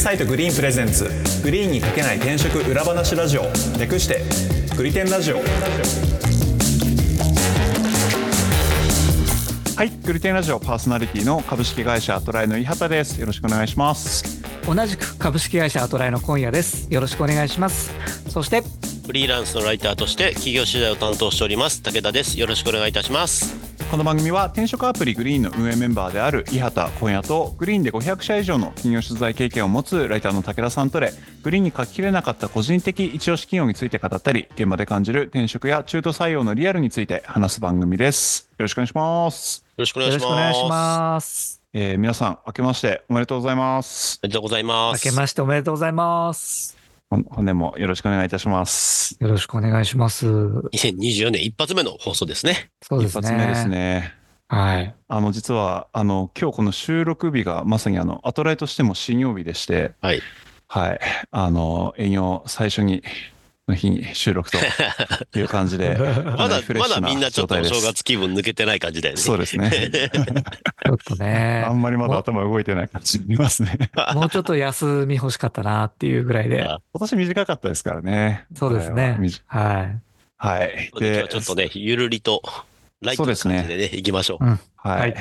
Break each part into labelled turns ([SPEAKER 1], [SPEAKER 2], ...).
[SPEAKER 1] サイトグリーンプレゼンツグリーンにかけない転職裏話ラジオ略してグリテンラジオはいグリテンラジオパーソナリティの株式会社トライの伊畑ですよろしくお願いします
[SPEAKER 2] 同じく株式会社アトライの今夜ですよろしくお願いしますそして
[SPEAKER 3] フリーランスのライターとして企業取材を担当しております武田ですよろしくお願いいたします
[SPEAKER 1] この番組は転職アプリグリーンの運営メンバーである伊畑今夜とグリーンで500社以上の企業取材経験を持つライターの武田さんとでグリーンに書ききれなかった個人的一押し企業について語ったり現場で感じる転職や中途採用のリアルについて話す番組ですよろしくお願いします、
[SPEAKER 3] よろしくお
[SPEAKER 2] よ
[SPEAKER 3] 願
[SPEAKER 2] ろ
[SPEAKER 3] い
[SPEAKER 2] し
[SPEAKER 3] し
[SPEAKER 2] く
[SPEAKER 3] ます
[SPEAKER 2] お願いします
[SPEAKER 1] えー皆さん明けましておめでとうございます
[SPEAKER 3] ありがとうございま
[SPEAKER 2] 明
[SPEAKER 3] す
[SPEAKER 2] けましておめでとうございます
[SPEAKER 1] ほん本年もよろしくお願いいたします
[SPEAKER 2] よろしくお願いします
[SPEAKER 3] 2024年一発目の放送ですね
[SPEAKER 2] そうで
[SPEAKER 1] 一
[SPEAKER 2] すね
[SPEAKER 1] 発目ですね
[SPEAKER 2] はい
[SPEAKER 1] あの実はあの今日この収録日がまさにあのアトライとしても新曜日でして、
[SPEAKER 3] はい
[SPEAKER 1] はい、あの営業最初にの日に収録と いう感じで、
[SPEAKER 3] まだ
[SPEAKER 1] フレッ
[SPEAKER 3] ま
[SPEAKER 1] シュ
[SPEAKER 3] だ
[SPEAKER 1] な
[SPEAKER 3] みんなちょっとお
[SPEAKER 1] 状態です
[SPEAKER 3] 正月気分抜けてない感じだよね
[SPEAKER 1] そうですね、
[SPEAKER 2] ちょっとね
[SPEAKER 1] あんまりまだ頭動いてない感じに見ますね。
[SPEAKER 2] もうちょっと休み欲しかったなっていうぐらいで
[SPEAKER 3] あ
[SPEAKER 1] 今年短かったですからね。
[SPEAKER 2] そうですね
[SPEAKER 1] みじ
[SPEAKER 2] はい
[SPEAKER 1] はい。
[SPEAKER 3] 今日はちょっとねゆるりとライトな感じでね行きましょう
[SPEAKER 1] はい。
[SPEAKER 2] はい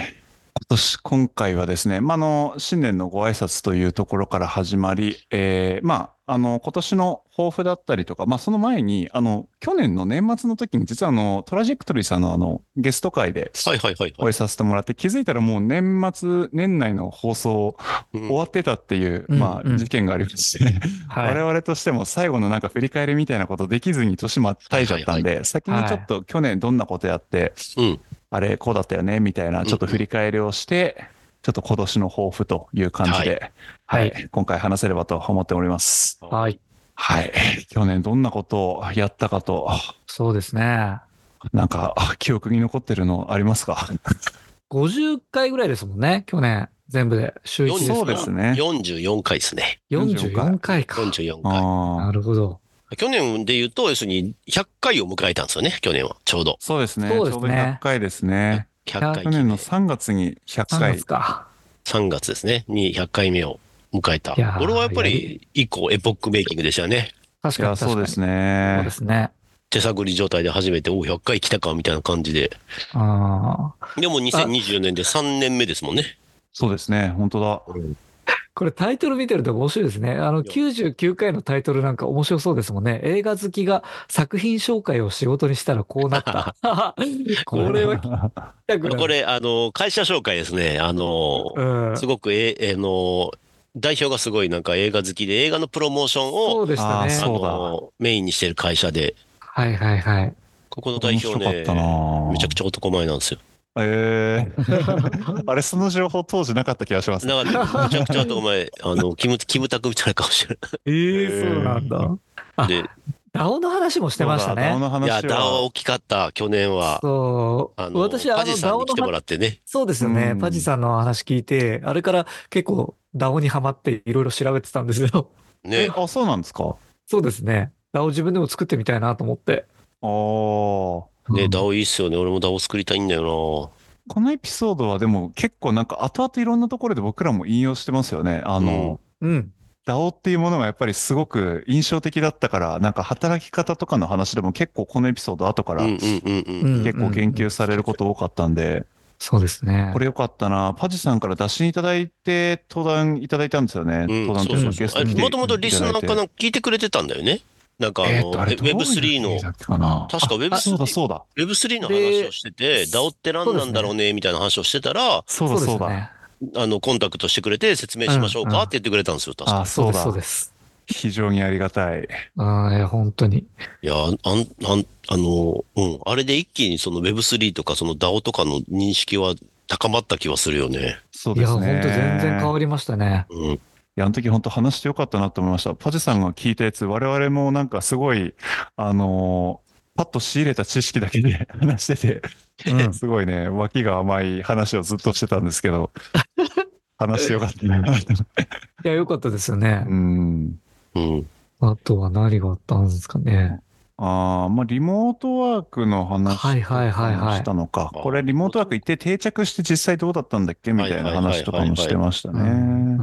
[SPEAKER 1] 今年、今回はですね、まあ、あの、新年のご挨拶というところから始まり、えーまあ、あの、今年の抱負だったりとか、まあ、その前に、あの、去年の年末の時に、実はあの、トラジェクトリーさんのあの、ゲスト会で、
[SPEAKER 3] はいはいはい
[SPEAKER 1] お
[SPEAKER 3] は
[SPEAKER 1] 会
[SPEAKER 3] い
[SPEAKER 1] いさせてもらって、気づいたらもう年末、年内の放送
[SPEAKER 3] うん
[SPEAKER 1] 終わってたっていう、
[SPEAKER 2] うん
[SPEAKER 1] ま
[SPEAKER 2] う
[SPEAKER 1] あ、
[SPEAKER 2] ん
[SPEAKER 1] 事件がありまして、
[SPEAKER 2] は い
[SPEAKER 1] 我々としても最後のなんか振り返りみたいなことできずに年またいちゃったんで、先にちょっと去年どんなことやって、
[SPEAKER 3] うん
[SPEAKER 1] あれこうだったよねみたいなちょっと振り返りをして、ちょっと今年の抱負という感じで、は
[SPEAKER 2] はいい
[SPEAKER 1] 今回話せればと思っております。
[SPEAKER 2] はい
[SPEAKER 1] はい。去年どんなことをやったかと、
[SPEAKER 2] そうですね
[SPEAKER 1] なんか記憶に残ってるのありますか
[SPEAKER 2] 50回ぐらいですもんね去年全部で週1です
[SPEAKER 1] そ
[SPEAKER 2] か
[SPEAKER 1] うですね
[SPEAKER 3] 44回ですね
[SPEAKER 2] 44回か
[SPEAKER 3] 44回
[SPEAKER 1] あ
[SPEAKER 2] な
[SPEAKER 1] ー
[SPEAKER 2] るほど
[SPEAKER 3] 去年で言うと要するに100回を迎えたんですよね去年はちょうど
[SPEAKER 1] そうですね。
[SPEAKER 2] そうです
[SPEAKER 1] ちょ
[SPEAKER 2] ね
[SPEAKER 1] うど100回ですね。
[SPEAKER 3] 100回
[SPEAKER 1] 去年の3月に100
[SPEAKER 2] 3
[SPEAKER 1] 回
[SPEAKER 2] 月。か
[SPEAKER 3] 3月ですね、に100回目を迎えた。
[SPEAKER 2] いやー
[SPEAKER 3] これはやっぱ
[SPEAKER 2] や
[SPEAKER 3] り以降エポックメイキングでしたよね。
[SPEAKER 2] 確
[SPEAKER 1] い
[SPEAKER 2] か
[SPEAKER 1] や、
[SPEAKER 2] に確かに。
[SPEAKER 1] そうです
[SPEAKER 2] そう
[SPEAKER 1] ね
[SPEAKER 2] で。すね。
[SPEAKER 3] 手探り状態で初めて、おう100回来たかみたいな感じで。
[SPEAKER 2] ああ。
[SPEAKER 3] でも2020年で3年目ですもんね。
[SPEAKER 1] そうですね。本当だ。
[SPEAKER 2] これタイトル見てると面白いですね。あの、99回のタイトルなんか面白そうですもんね。映画好きが作品紹介を仕事にしたらこうなった。 これは聞きたくなる。
[SPEAKER 3] こ、れ、あの、会社紹介ですね。あの、
[SPEAKER 2] うん。
[SPEAKER 3] すごく、え、えの、代表がすごいなんか映画好きで、映画のプロモーションを、
[SPEAKER 2] そうでした
[SPEAKER 1] あー
[SPEAKER 2] ね。
[SPEAKER 3] あ
[SPEAKER 1] そうだ
[SPEAKER 3] の、メインにしてる会社で、
[SPEAKER 2] はいはいはい。
[SPEAKER 3] ここの代
[SPEAKER 1] 面白
[SPEAKER 3] 表
[SPEAKER 1] かっ
[SPEAKER 3] ね
[SPEAKER 1] た、な
[SPEAKER 3] めちゃくちゃ男前なんですよ。
[SPEAKER 1] えーあれ、その情報当時なかった気がします。
[SPEAKER 3] だから、めちゃくちゃ男前、あの、キム、キムタクみたいな顔してる。
[SPEAKER 2] え
[SPEAKER 1] ー
[SPEAKER 2] えそうなんだ。あ
[SPEAKER 3] で、
[SPEAKER 2] ダオの話もしてました
[SPEAKER 1] そうだダオ
[SPEAKER 2] ね。
[SPEAKER 1] の
[SPEAKER 3] い
[SPEAKER 1] 話は
[SPEAKER 3] や、ダオは大きかった、去年は。
[SPEAKER 2] そ
[SPEAKER 3] あ
[SPEAKER 2] う。
[SPEAKER 3] の、
[SPEAKER 2] 私、あ
[SPEAKER 3] パジ
[SPEAKER 2] の、
[SPEAKER 3] さ
[SPEAKER 2] ダ
[SPEAKER 3] ん
[SPEAKER 2] オ
[SPEAKER 3] に
[SPEAKER 2] の
[SPEAKER 3] 来てもらってね。
[SPEAKER 2] そうですよね。
[SPEAKER 1] うん
[SPEAKER 2] パジさんの話聞いて、あれから結構ダオにハマっていろいろ調べてたんですよ。
[SPEAKER 3] ね。
[SPEAKER 1] えあ、そうなんですか
[SPEAKER 2] そうですね。ダオ自分でも作ってみたいなと思って。
[SPEAKER 1] あーこ
[SPEAKER 3] ね、
[SPEAKER 2] うん
[SPEAKER 3] ダオいいっすよね。俺もダオ作りたいんだよ
[SPEAKER 1] のエピソードはでも結構なんか後々いろんなところで僕らも引用してますよね。あの、
[SPEAKER 2] うん。
[SPEAKER 1] ダオっていうものがやっぱりすごく印象的だったから、なんか働き方とかの話でも結構このエピソード後か
[SPEAKER 3] な。
[SPEAKER 1] ら
[SPEAKER 3] うんうんうんう。
[SPEAKER 2] うんん
[SPEAKER 1] 結構言及されること多かったんで、
[SPEAKER 2] そうですね。
[SPEAKER 1] これよかったな。パジさんから打診いただいて登壇いただいたんですよね。
[SPEAKER 3] うん
[SPEAKER 1] 登壇と
[SPEAKER 3] そう
[SPEAKER 1] いうか
[SPEAKER 3] そう
[SPEAKER 1] ゲ
[SPEAKER 3] そう
[SPEAKER 1] スト
[SPEAKER 3] あ
[SPEAKER 1] に
[SPEAKER 3] れ
[SPEAKER 1] 来て
[SPEAKER 3] もともとリスナー
[SPEAKER 1] いただいて
[SPEAKER 3] かなんか聞いてくれてたんだよね。なんかあ
[SPEAKER 1] えーっ
[SPEAKER 3] の、
[SPEAKER 1] とあれどういう
[SPEAKER 3] Web3 の
[SPEAKER 1] 経緯、だったかな
[SPEAKER 3] 確か
[SPEAKER 1] あそうだ
[SPEAKER 3] Web3
[SPEAKER 1] そうだ。
[SPEAKER 3] Web3 の
[SPEAKER 2] で
[SPEAKER 3] 話をしてて、ダオって何なんだろうね、みたいな話をしてたら、
[SPEAKER 1] そう
[SPEAKER 2] そう
[SPEAKER 1] だ
[SPEAKER 2] です
[SPEAKER 1] そうだ。
[SPEAKER 2] ね。
[SPEAKER 3] あの、コンタクトしてくれて説明しましょう
[SPEAKER 2] うんう
[SPEAKER 3] か
[SPEAKER 2] ん
[SPEAKER 3] って言ってくれたんですよ、確か。
[SPEAKER 1] あ、
[SPEAKER 2] そ
[SPEAKER 1] そうう
[SPEAKER 2] です、
[SPEAKER 1] だ
[SPEAKER 2] そう。です。
[SPEAKER 1] 非常にありがたい。
[SPEAKER 2] ああ、いや、本当に。
[SPEAKER 3] いや、あん、あん、あの、うん。あれで一気にその Web3 とかそのダオとかの認識は高まった気はするよね。
[SPEAKER 1] そう
[SPEAKER 2] い
[SPEAKER 1] で
[SPEAKER 2] や、
[SPEAKER 1] す
[SPEAKER 2] 本
[SPEAKER 1] ね。
[SPEAKER 2] 当全然変
[SPEAKER 1] い
[SPEAKER 2] わりましたね。
[SPEAKER 3] うん。
[SPEAKER 1] や、あの時本当話してよかったなと思いました。パジさんが聞いたやつ、我々もなんかすごい、あのーパッと仕入れた知識だけで 話してて、
[SPEAKER 2] う ん
[SPEAKER 1] すごいね、脇が甘い話をずっとしてたんですけ ど、話してよかったな。
[SPEAKER 2] いや、良かったですよね
[SPEAKER 1] う。ん。
[SPEAKER 3] うん。
[SPEAKER 2] あとは何があったんですかね。
[SPEAKER 1] ああ、まあ、リモートワークの話
[SPEAKER 2] はいはいはいはい
[SPEAKER 1] したのか。
[SPEAKER 3] あ
[SPEAKER 1] これ、リモートワーク行って定着して実際どうだったんだっけみたいな話とかもしてました
[SPEAKER 2] うん
[SPEAKER 1] ね。
[SPEAKER 2] う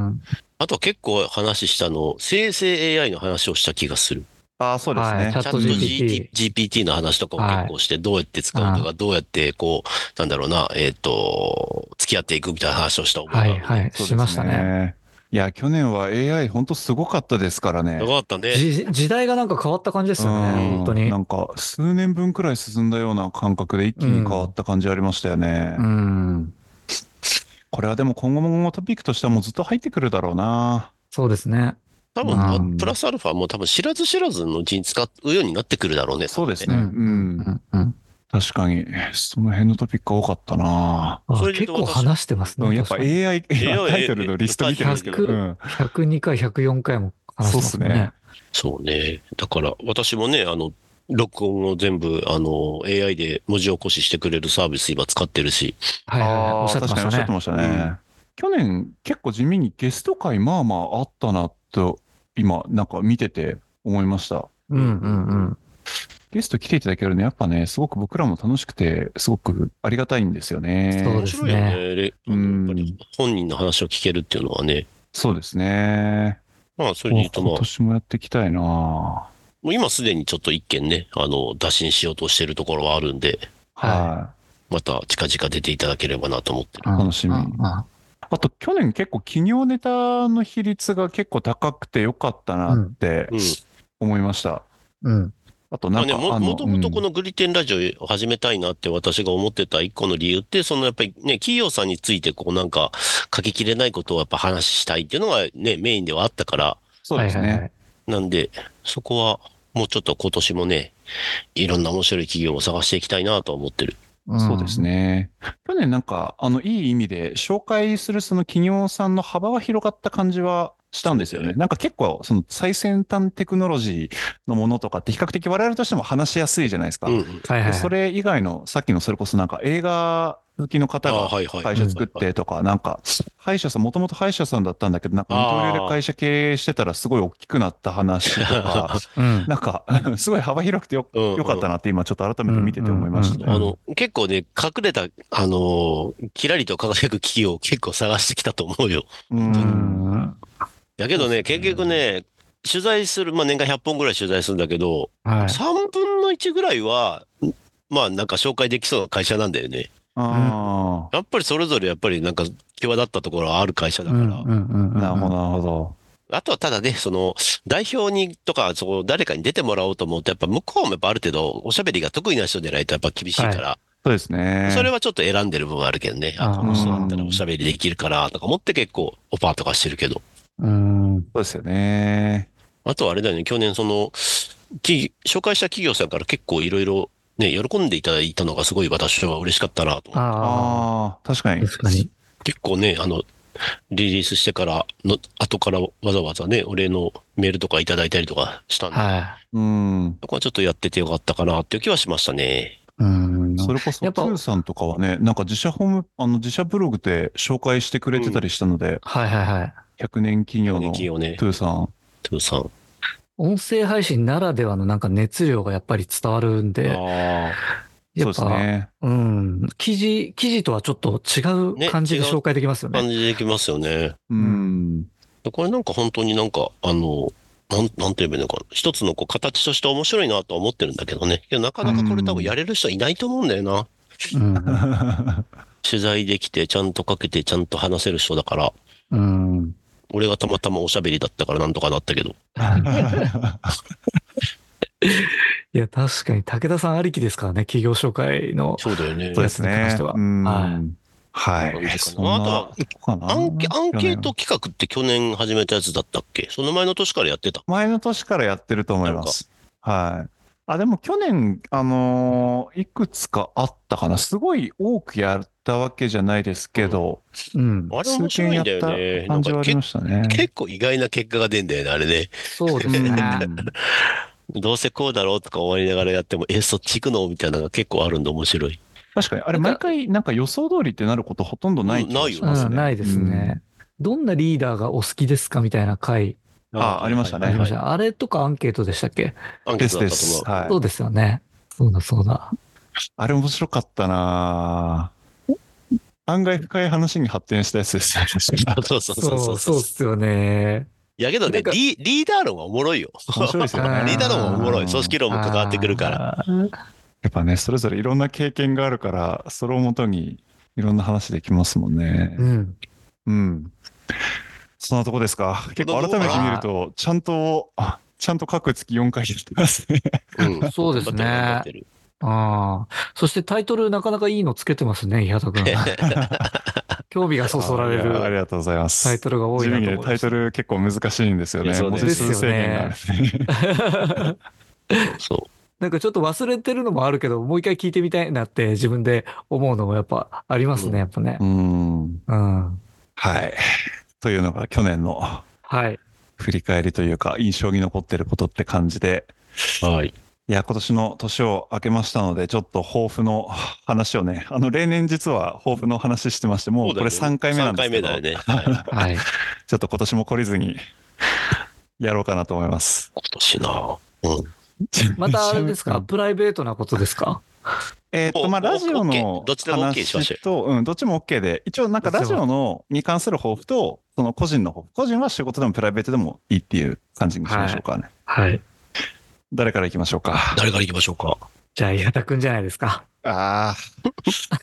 [SPEAKER 2] ん
[SPEAKER 3] あとは結構話したの、生成 AI の話をした気がする。
[SPEAKER 1] ああ、そうですね。
[SPEAKER 2] はいチ
[SPEAKER 3] チャ
[SPEAKER 2] ャ
[SPEAKER 3] ッ
[SPEAKER 2] ッ
[SPEAKER 3] ト
[SPEAKER 2] ト
[SPEAKER 3] GT GPT の話とかも結構して、どうやって使うか
[SPEAKER 2] は
[SPEAKER 3] が、どうやってこう、なんだろうな、えっと、付き合っていくみたいな話をした覚
[SPEAKER 2] は
[SPEAKER 3] えが
[SPEAKER 2] い
[SPEAKER 3] ある。
[SPEAKER 2] は
[SPEAKER 1] そ
[SPEAKER 2] い、
[SPEAKER 1] うです
[SPEAKER 2] しましたね。。
[SPEAKER 1] いや、去年は AI 本当すごかったですからね。
[SPEAKER 3] よかったね。
[SPEAKER 2] じ時代がなんか変わった感じですよね、
[SPEAKER 1] うん
[SPEAKER 2] 本当に
[SPEAKER 1] な。んか、数年分くらい進んだような感覚で一気に変わった感じありましたよね。
[SPEAKER 2] うん。
[SPEAKER 1] これはでも今後もトピックとしてはもうずっと入ってくるだろうな。
[SPEAKER 2] そうですね。
[SPEAKER 3] 多分、
[SPEAKER 2] ま
[SPEAKER 1] あ
[SPEAKER 3] プラスアルファも多分知らず知らずのうちに使うようになってくるだろうね。
[SPEAKER 1] そうです
[SPEAKER 2] う
[SPEAKER 1] ね
[SPEAKER 2] ん。
[SPEAKER 1] うん。
[SPEAKER 2] うんうん
[SPEAKER 1] 確かに、その辺のトピック多かったな。
[SPEAKER 2] あ
[SPEAKER 3] それで言
[SPEAKER 2] 結
[SPEAKER 3] う
[SPEAKER 2] 構
[SPEAKER 3] と
[SPEAKER 2] 話してます
[SPEAKER 1] うん
[SPEAKER 2] ね。
[SPEAKER 1] やっぱ
[SPEAKER 2] 確かに
[SPEAKER 1] AI、今 タイトルのリスト見てますけど。
[SPEAKER 2] 100
[SPEAKER 1] うん
[SPEAKER 2] 102回、104回も話してますも
[SPEAKER 1] そうっす
[SPEAKER 2] んね
[SPEAKER 1] ね。
[SPEAKER 3] そうね。だから、私もね、あの、録音を全部、あの、AI で文字起こししてくれるサービス今使ってるし、
[SPEAKER 2] はいはいはい。おっしゃってま
[SPEAKER 1] 確かにおっ
[SPEAKER 2] し
[SPEAKER 1] しゃ
[SPEAKER 2] た
[SPEAKER 1] って
[SPEAKER 2] ね。
[SPEAKER 1] ました
[SPEAKER 3] う
[SPEAKER 1] ね
[SPEAKER 3] ん。
[SPEAKER 1] 去年結構地味にゲスト会まあまああったなと、今なんか見てて思いました。
[SPEAKER 2] うんうんうん。
[SPEAKER 1] ゲスト来ていただけるのやっぱね、すごく僕らも楽しくて、すごくありがたいんですよね。
[SPEAKER 2] そう
[SPEAKER 3] 面
[SPEAKER 2] です
[SPEAKER 3] 白いよね。れあのやっぱ
[SPEAKER 1] うん
[SPEAKER 3] り本人の話を聞けるっていうのはね。
[SPEAKER 1] そうですね。
[SPEAKER 3] まあ、それで言うと、まあ
[SPEAKER 1] 今、年もやっていきたいな
[SPEAKER 3] もう今すでにちょっと一件ね、あの、打診しようとしてるところはあるんで、
[SPEAKER 1] は
[SPEAKER 3] また近々出ていただければなと思ってる。
[SPEAKER 1] 楽しみ
[SPEAKER 2] うんうんうん
[SPEAKER 1] い。あと、去年結構企業ネタの比率が結構高くてよかったなって
[SPEAKER 3] うん。
[SPEAKER 1] 思いました。
[SPEAKER 2] うん。
[SPEAKER 1] あと、な
[SPEAKER 3] まあ
[SPEAKER 1] ん
[SPEAKER 3] ね、
[SPEAKER 1] か、
[SPEAKER 3] も、
[SPEAKER 1] あの
[SPEAKER 3] もともとこ
[SPEAKER 1] うん
[SPEAKER 3] のグリテンラジオを始めたいなって私が思ってた一個の理由って、そのやっぱりね、企業さんについてこうなんか書ききれないことをやっぱ話したいっていうのがね、メインではあったから、
[SPEAKER 1] そうです
[SPEAKER 2] はいはい
[SPEAKER 1] ね
[SPEAKER 2] は。い
[SPEAKER 3] なんで、そこはもうちょっと今年もね、いろんな面白い企業を探していきたいなとは思ってる。
[SPEAKER 2] ん
[SPEAKER 1] そうですね。去年なんか、あの、いい意味で、紹介するその企業さんの幅が広がった感じはしたんですよ
[SPEAKER 3] そう
[SPEAKER 1] ね。
[SPEAKER 3] で
[SPEAKER 1] なんか結構、その最先端テクノロジーのものとかって比較的我々としても話しやすいじゃないですか。
[SPEAKER 3] うん。
[SPEAKER 2] はいはい
[SPEAKER 1] で
[SPEAKER 2] はい。
[SPEAKER 1] それ以外の、さっきのそれこそなんか映画好きの方
[SPEAKER 3] あ
[SPEAKER 1] が
[SPEAKER 3] はいはい。
[SPEAKER 1] 会社作っ
[SPEAKER 3] うん。
[SPEAKER 1] てとか、なんか、歯医者さん、もともと歯医者さんだったんだけど、なんか二刀流で会社経営してたらすごい大きくなった話と か、
[SPEAKER 2] うん。
[SPEAKER 1] なんか、 すごい幅広くてよ
[SPEAKER 3] うんうん
[SPEAKER 1] よかったなって今ちょっと改めて見てて思いましたね。
[SPEAKER 3] あの、結構ね、隠れた、あのーキラリと輝く企業を結構探してきたと思うよ。
[SPEAKER 1] うん。
[SPEAKER 3] だけどね、
[SPEAKER 1] そうですね
[SPEAKER 3] 結局ね、取材する、まあ、年間100本ぐらい取材するんだけど、
[SPEAKER 2] はい。
[SPEAKER 3] 3分の1ぐらいは、まあなんか紹介できそうな会社なんだよね。
[SPEAKER 1] あ
[SPEAKER 3] やっぱりそれぞれやっぱりなんか際立ったところはある会社だ
[SPEAKER 2] う
[SPEAKER 3] か
[SPEAKER 2] ん
[SPEAKER 3] ら。
[SPEAKER 2] うんうんう
[SPEAKER 1] あ、
[SPEAKER 2] ん
[SPEAKER 1] なるほど、なるほど。
[SPEAKER 3] あとはただね、その代表にとか、そこ誰かに出てもらおうと思うと、やっぱ向こうもやっぱある程度おしゃべりが得意な人でないとやっぱ厳しいから、
[SPEAKER 1] そうですね。
[SPEAKER 3] それはちょっと選んでる部分はあるけどね。あ、
[SPEAKER 2] あー
[SPEAKER 3] この人だったらおしゃべりできるから、とか思って結構オファーとかしてるけど。
[SPEAKER 2] うん。
[SPEAKER 1] そうですよね。
[SPEAKER 3] あとはあれだよね、去年その、企業紹介した企業さんから結構いろいろね、喜んでいただいたのがすごい私は嬉しかったなと思って。
[SPEAKER 2] あ
[SPEAKER 1] ああ、確か
[SPEAKER 2] あ。
[SPEAKER 1] に。
[SPEAKER 2] 確かに。
[SPEAKER 3] 結構ね、あの、リリースしてからの、後からわざわざね、お礼のメールとかいただいたりとかしたんで、
[SPEAKER 2] は
[SPEAKER 1] うん。
[SPEAKER 3] そこはちょっとやっててよかったかなっていう気はしましたね。
[SPEAKER 2] い。うん。
[SPEAKER 1] それこそ、
[SPEAKER 2] やっ
[SPEAKER 1] ツ
[SPEAKER 2] ぱ
[SPEAKER 1] ーさんとかはね、なんか自社ホーム、あの、自社ブログで紹介してくれてたりしたので、
[SPEAKER 2] はいはいはい。
[SPEAKER 1] 100年企業の
[SPEAKER 3] 企
[SPEAKER 1] ト
[SPEAKER 3] 業ね、
[SPEAKER 1] ゥーさん。
[SPEAKER 3] トゥーさん。
[SPEAKER 2] 音声配信ならではのなんか熱量がやっぱり伝わるんで、
[SPEAKER 3] ああ。
[SPEAKER 1] そ
[SPEAKER 2] や
[SPEAKER 1] う
[SPEAKER 2] っ
[SPEAKER 1] です
[SPEAKER 2] ぱ、
[SPEAKER 1] ね。
[SPEAKER 2] うん、記事、記事とはちょっと違
[SPEAKER 3] ね
[SPEAKER 2] う感じで
[SPEAKER 3] 違う
[SPEAKER 2] 紹介できますよね。
[SPEAKER 3] 感じできますよね。
[SPEAKER 1] うん。
[SPEAKER 3] でこれなんか本当になんか、あの、なん、なんて言えばいいのかな。一つのこう形として面白いなとは思ってるんだけどね。けどなかなかこれ多分やれる人いないと思うんだよな。
[SPEAKER 2] うん
[SPEAKER 3] 取材できて、ちゃんとかけて、ちゃんと話せる人だから、
[SPEAKER 2] うん。
[SPEAKER 3] 俺がたまたまおしゃべりだったからなんとかなったけど。
[SPEAKER 2] いや、確かに武田さんありきですからね、企業紹介の。
[SPEAKER 3] そうだ よね。
[SPEAKER 1] そうですね。うんは
[SPEAKER 3] そうで
[SPEAKER 1] い。
[SPEAKER 3] すか
[SPEAKER 1] そんな
[SPEAKER 3] あとは
[SPEAKER 1] とこかな
[SPEAKER 3] アンケアンケート企画って去年始めたやつだったっけその前の年からやってた。
[SPEAKER 1] 前の年からやってると思います。はい。あ、でも去年、あのーいくつかあったかな。すごい多くやったわけじゃないですけど、
[SPEAKER 2] うん。
[SPEAKER 3] あれ
[SPEAKER 1] 数
[SPEAKER 3] 面
[SPEAKER 1] 件
[SPEAKER 3] 白い
[SPEAKER 1] や
[SPEAKER 3] ん
[SPEAKER 1] っ
[SPEAKER 3] だよね。
[SPEAKER 1] た
[SPEAKER 3] な
[SPEAKER 1] 感
[SPEAKER 3] ん
[SPEAKER 1] じは
[SPEAKER 3] か
[SPEAKER 1] あり
[SPEAKER 3] け
[SPEAKER 1] ましたね。
[SPEAKER 3] 結構意外な結果が出んだよね、あれね。
[SPEAKER 2] そうですね。
[SPEAKER 3] どうせこうだろうとか思いながらやっても、え、そっち行くのみたいなのが結構あるんで面白い。
[SPEAKER 1] 確かに、あれ毎回なんか予想通りってなることほとんどない気がしますね。
[SPEAKER 2] うん、ないですね。どんなリーダーがお好きですかみたいな回
[SPEAKER 1] あありましたね
[SPEAKER 2] ありまし
[SPEAKER 3] はい
[SPEAKER 2] た。あれとかアンケートでしたっけ
[SPEAKER 3] ア
[SPEAKER 1] うん。
[SPEAKER 3] ンケ
[SPEAKER 1] で
[SPEAKER 3] ー
[SPEAKER 1] す
[SPEAKER 3] トだ
[SPEAKER 1] で
[SPEAKER 3] ったと
[SPEAKER 1] す。は
[SPEAKER 3] 思う。
[SPEAKER 2] そ
[SPEAKER 1] い。
[SPEAKER 2] うですよね。そうだそうだ。
[SPEAKER 1] あれ面白かったなぁ案外深い話に発展したやつです ね。
[SPEAKER 3] そう
[SPEAKER 2] そ
[SPEAKER 3] そうそう
[SPEAKER 2] う
[SPEAKER 3] そう
[SPEAKER 2] そうっすよね。
[SPEAKER 3] いやけど
[SPEAKER 2] な
[SPEAKER 3] ね
[SPEAKER 2] んか
[SPEAKER 3] リ、リーダー論はおもろいよ。
[SPEAKER 1] 面白いですよね。
[SPEAKER 3] リーダー論はおもろ
[SPEAKER 1] う
[SPEAKER 3] い。
[SPEAKER 1] ん
[SPEAKER 3] 組織論も関わってくるから。
[SPEAKER 2] あー。
[SPEAKER 1] やっぱね、それぞれいろんな経験があるから、それをもとにいろんな話できますもんね
[SPEAKER 2] う。ん。
[SPEAKER 1] うん。そんなとこですか。結構
[SPEAKER 3] そんなと
[SPEAKER 1] 改
[SPEAKER 3] こ
[SPEAKER 1] め
[SPEAKER 3] か
[SPEAKER 1] て見ると、ちゃんと、あちゃんと各月4回やってますね。
[SPEAKER 3] うん
[SPEAKER 2] そうですね
[SPEAKER 3] 頑張ってる
[SPEAKER 2] ああ。そしてタイトルなかなかいいのつけてますね、伊畑 君。
[SPEAKER 3] 頑張ってる
[SPEAKER 2] 興味がそそら
[SPEAKER 1] あ
[SPEAKER 2] れ
[SPEAKER 1] あり
[SPEAKER 2] る
[SPEAKER 1] がとうございま
[SPEAKER 2] タイ
[SPEAKER 1] す。
[SPEAKER 2] トルが多い
[SPEAKER 1] 地味
[SPEAKER 2] な
[SPEAKER 1] に
[SPEAKER 2] と
[SPEAKER 1] ね
[SPEAKER 2] 思い
[SPEAKER 1] タ
[SPEAKER 2] ま
[SPEAKER 1] イ
[SPEAKER 2] し
[SPEAKER 1] ト
[SPEAKER 2] た。
[SPEAKER 1] ル結構難しいんですよ
[SPEAKER 3] い
[SPEAKER 1] ね。
[SPEAKER 3] やそう
[SPEAKER 1] 文
[SPEAKER 3] です
[SPEAKER 1] 字数制限があるんでね。
[SPEAKER 3] そ
[SPEAKER 2] なんかちょっと忘れてるのもあるけど、もう一回聞いてみたいなって自分で思うのもやっぱあります
[SPEAKER 3] うん
[SPEAKER 2] ね、やっぱね
[SPEAKER 1] う。ん。
[SPEAKER 2] うん。
[SPEAKER 1] はい。というのが去年の
[SPEAKER 2] はい。
[SPEAKER 1] 振り返りというか、印象に残ってることって感じで、
[SPEAKER 3] う。はい。
[SPEAKER 1] いや、今年の年を明けましたので、ちょっと抱負の話をね、あの、例年実は抱負の話してまして、もうこれ3回目なんですけど、
[SPEAKER 3] 3回目だよね。
[SPEAKER 2] は
[SPEAKER 3] はい
[SPEAKER 2] い。
[SPEAKER 1] ちょっと今年も懲りずに、やろうかなと思います。
[SPEAKER 3] 今年な。うん。
[SPEAKER 2] またあれ で すか、プライベートなことですか
[SPEAKER 1] えーっと、まあ、
[SPEAKER 3] お
[SPEAKER 1] ラジオの
[SPEAKER 3] OK どっちでも OK しましょ
[SPEAKER 1] 話と、うん、どっちも OK で、一応なんかラジオのに関する抱負と、その個人の抱負、個人は仕事でもプライベートでもいいっていう感じにしましょうかね。
[SPEAKER 2] はい。
[SPEAKER 1] 誰から行きましょう か。
[SPEAKER 3] 誰から行きましょうか。
[SPEAKER 2] じゃあ、伊畑くんじゃないですか。
[SPEAKER 1] あ
[SPEAKER 2] あ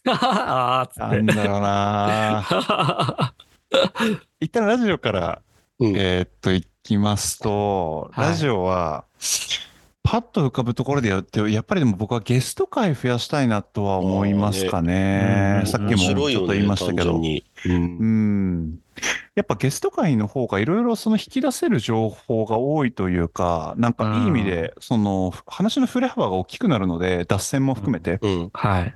[SPEAKER 1] あ、
[SPEAKER 2] あ、
[SPEAKER 1] な
[SPEAKER 2] つっ
[SPEAKER 1] ん
[SPEAKER 2] て。
[SPEAKER 1] だろう な。一旦ラジオから、
[SPEAKER 3] うん
[SPEAKER 1] えーっと、いきますと、
[SPEAKER 2] はい
[SPEAKER 1] ラジオは、パッと浮かぶところでやって、やっぱりでも僕はゲスト会増やしたいなとは思いますかね。
[SPEAKER 2] うん
[SPEAKER 1] さっきも
[SPEAKER 3] 面
[SPEAKER 1] ちょ
[SPEAKER 3] 白い
[SPEAKER 1] っ
[SPEAKER 3] よ
[SPEAKER 1] と
[SPEAKER 3] ね
[SPEAKER 1] 言いましたけど。
[SPEAKER 3] 単純にうん
[SPEAKER 1] うん。やっぱゲスト会の方がいろいろその引き出せる情報が多いというか、なんかいい意味で、その話の振れ幅が大きくなるので、脱線も含めて。
[SPEAKER 3] うん。
[SPEAKER 2] はい。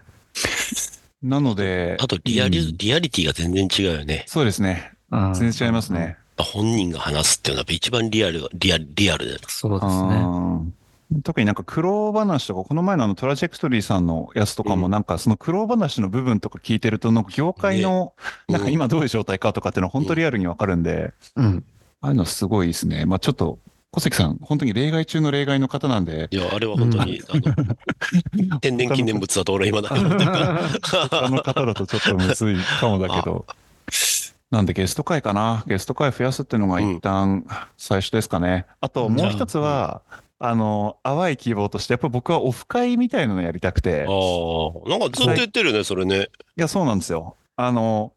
[SPEAKER 1] なので、
[SPEAKER 3] あと、リアリ、
[SPEAKER 1] うん
[SPEAKER 3] リアリティが全然違うよね。
[SPEAKER 1] そうですね。
[SPEAKER 2] うん
[SPEAKER 1] 全然違いますね。。
[SPEAKER 3] 本人が話すっていうのはやっぱ一番リアル、リアル、リアルだよ。
[SPEAKER 2] そうですね。
[SPEAKER 1] うん特になんか苦労話とか、この前のあのトラジェクトリーさんのやつとかも、
[SPEAKER 3] うん
[SPEAKER 1] なんかその苦労話の部分とか聞いてると、なんか業界の、
[SPEAKER 3] ね
[SPEAKER 1] なんか今どういう状態かとかっていうのは本当リアルにわかるんで、
[SPEAKER 2] うん。
[SPEAKER 1] ああいうのすごいですね。まあちょっと、小関さん、本当に例外中の例外の方なん で、
[SPEAKER 3] いや、あれは本当に、あの、天然記念物だと俺今だ け思ってるか
[SPEAKER 1] 他の方だとちょっとむずいかもだけど。なんでゲスト会かな。ゲスト会増やすっていうのが一旦最初ですかね。あともう一つは、あの、淡い希望として、やっぱ僕はオフ会みたいなのやりたくて
[SPEAKER 3] ら。あ。あ。なんかずっと言ってるよね、それね。
[SPEAKER 1] いや、そうなんですよ。あの、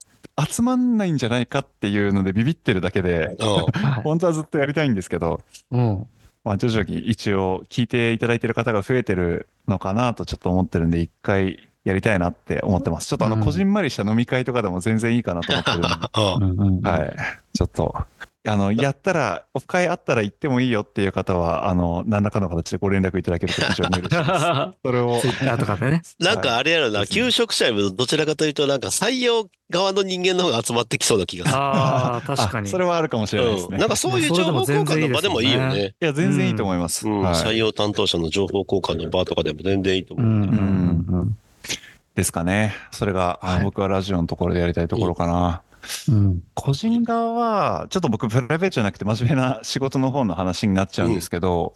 [SPEAKER 1] 集まんないんじゃないかっていうのでビビってるだけで、
[SPEAKER 3] うん。
[SPEAKER 2] はい。
[SPEAKER 1] 本当はずっとやりたいんですけど、
[SPEAKER 2] うん。
[SPEAKER 1] まあ徐々に一応聞いていただいてる方が増えてるのかなとちょっと思ってるんで、一回やりたいなって思ってます。ちょっとあ
[SPEAKER 2] う
[SPEAKER 1] の、
[SPEAKER 2] ん
[SPEAKER 1] こじんまりした飲み会とかでも全然いいかなと思ってるん で。
[SPEAKER 3] あ
[SPEAKER 2] は。
[SPEAKER 1] はいい。ちょっと、あの、やったら、オフ会あったら行ってもいいよっていう方は、あの、何らかの形でご連絡いただけると非常に嬉しいです。 それを
[SPEAKER 2] ツイ、ッターとかでね。
[SPEAKER 3] なんかあれやろ
[SPEAKER 1] は
[SPEAKER 3] な、
[SPEAKER 1] い
[SPEAKER 3] 求職者よりもどちらかというと、なんか採用側の人間の方が集まってきそうな気がする。
[SPEAKER 2] ああ、 確か
[SPEAKER 1] あ
[SPEAKER 2] に。
[SPEAKER 1] それはあるかもしれないです
[SPEAKER 3] う
[SPEAKER 1] ね。
[SPEAKER 3] ん。なん
[SPEAKER 1] い
[SPEAKER 3] かそういう情報交換の場でもいいよね。
[SPEAKER 1] や、全然いいと思います。
[SPEAKER 3] うん。
[SPEAKER 1] はい
[SPEAKER 3] 採用担当者の情報交換の場とかでも全然いいと
[SPEAKER 2] う
[SPEAKER 3] 思う。
[SPEAKER 2] ん。うんうん
[SPEAKER 1] ですかね。それが、
[SPEAKER 2] はい
[SPEAKER 1] 僕はラジオのところでやりたいところかな。
[SPEAKER 2] うん。
[SPEAKER 1] 個人側は、ちょっと僕、プライベートじゃなくて、真面目な仕事の方の話になっちゃうんですけど、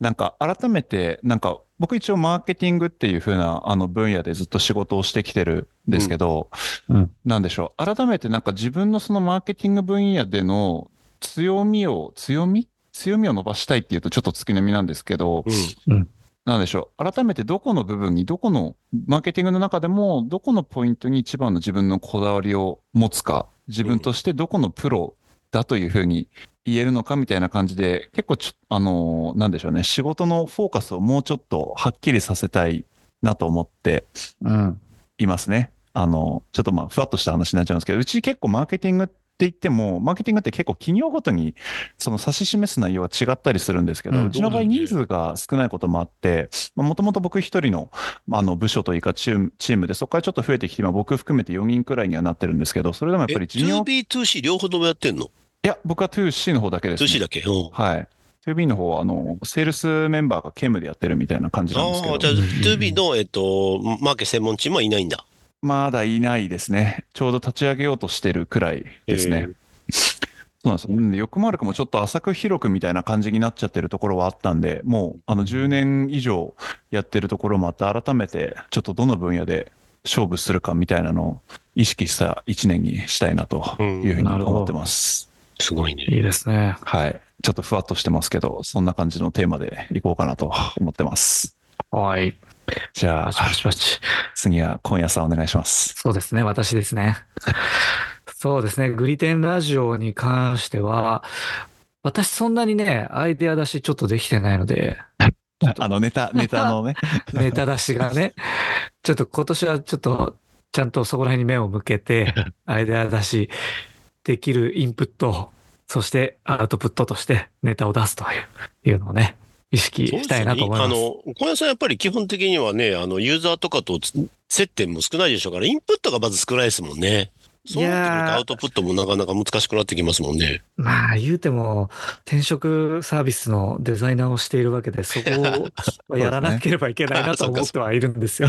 [SPEAKER 1] なんか、改めて、なんか、僕一応マーケティングっていう風な、あの、分野でずっと仕事をしてきてるんですけど、
[SPEAKER 2] うんうん
[SPEAKER 1] なんでしょう。改めて、なんか自分のそのマーケティング分野での強みを、強み強みを伸ばしたいっていうと、ちょっと月並みなんですけど、
[SPEAKER 3] うん。
[SPEAKER 1] なんでしょう。改めてどこの部分に、どこの、マーケティングの中でも、どこのポイントに一番の自分のこだわりを持つか、自分としてどこのプロだというふうに言えるのかみたいな感じで、結構ちょ、あのーなんでしょうね。仕事のフォーカスをもうちょっとはっきりさせたいなと思って
[SPEAKER 2] うん。
[SPEAKER 1] いますね。あの、ちょっとまあ、ふわっとした話になっちゃうんですけど、うち結構マーケティングって言っても、マーケティングって結構企業ごとに、その指し示す内容は違ったりするんですけど、
[SPEAKER 2] う
[SPEAKER 1] うんちの場合人数が少ないこともあって、もともと僕一人の、まあ、あの、部署というかチーム、チームで、そこからちょっと増えてきて、今僕含めて4人くらいにはなってるんですけど、それでもやっ
[SPEAKER 3] え、
[SPEAKER 1] ぱり事業、い
[SPEAKER 3] 2B、2C 両方ともやってんの
[SPEAKER 1] や、僕は 2C の方だけです、ね。
[SPEAKER 3] ?2C だけうん。
[SPEAKER 1] はい。2B の方は、あの、セールスメンバーが兼務でやってるみたいな感じなんですけ
[SPEAKER 3] ああ、じゃ
[SPEAKER 1] ど
[SPEAKER 3] あ、、2B の、えっと、マーケ専門チームはいないんだ。
[SPEAKER 1] まだいないですね。ちょうど立ち上げようとしてるくらいですね。そうなんですようん。欲も悪くもちょっと浅く広くみたいな感じになっちゃってるところはあったんで、もうあの10年以上やってるところもあって、改めてちょっとどの分野で勝負するかみたいなのを意識した一年にしたいなというふうに思ってます。
[SPEAKER 3] すごいね。
[SPEAKER 2] いいですね。
[SPEAKER 1] はい。ちょっとふわっとしてますけど、そんな感じのテーマでいこうかなと思ってます。
[SPEAKER 2] はい。
[SPEAKER 1] じゃ
[SPEAKER 2] パ
[SPEAKER 1] あ
[SPEAKER 2] チ、パチパチ。
[SPEAKER 1] 次は今夜さんお願いします。
[SPEAKER 2] そうですね、私ですね。 そうですね、グリテンラジオに関しては、私そんなにね、アイデア出しちょっとできてないので、
[SPEAKER 1] あの、ネタ、ネタのね。
[SPEAKER 2] ネタ出しがね、ちょっと今年はちょっと、ちゃんとそこら辺に目を向けて、アイデア出しできるインプット、そしてアウトプットとしてネタを出すといういうのをね、意識したいなと思います。
[SPEAKER 3] そうですねあの、小林さんやっぱり基本的にはね、あの、ユーザーとかとつ接点も少ないでしょうから、インプットがまず少ないですもんね。そうなってくる
[SPEAKER 2] いや
[SPEAKER 3] と
[SPEAKER 2] ー
[SPEAKER 3] アウトプットもなかなか難しくなってきますもんね。
[SPEAKER 2] まあ言うても転職サービスのデザイナーをしているわけでそこをやらなければいけないなと思ってはいるんですよ。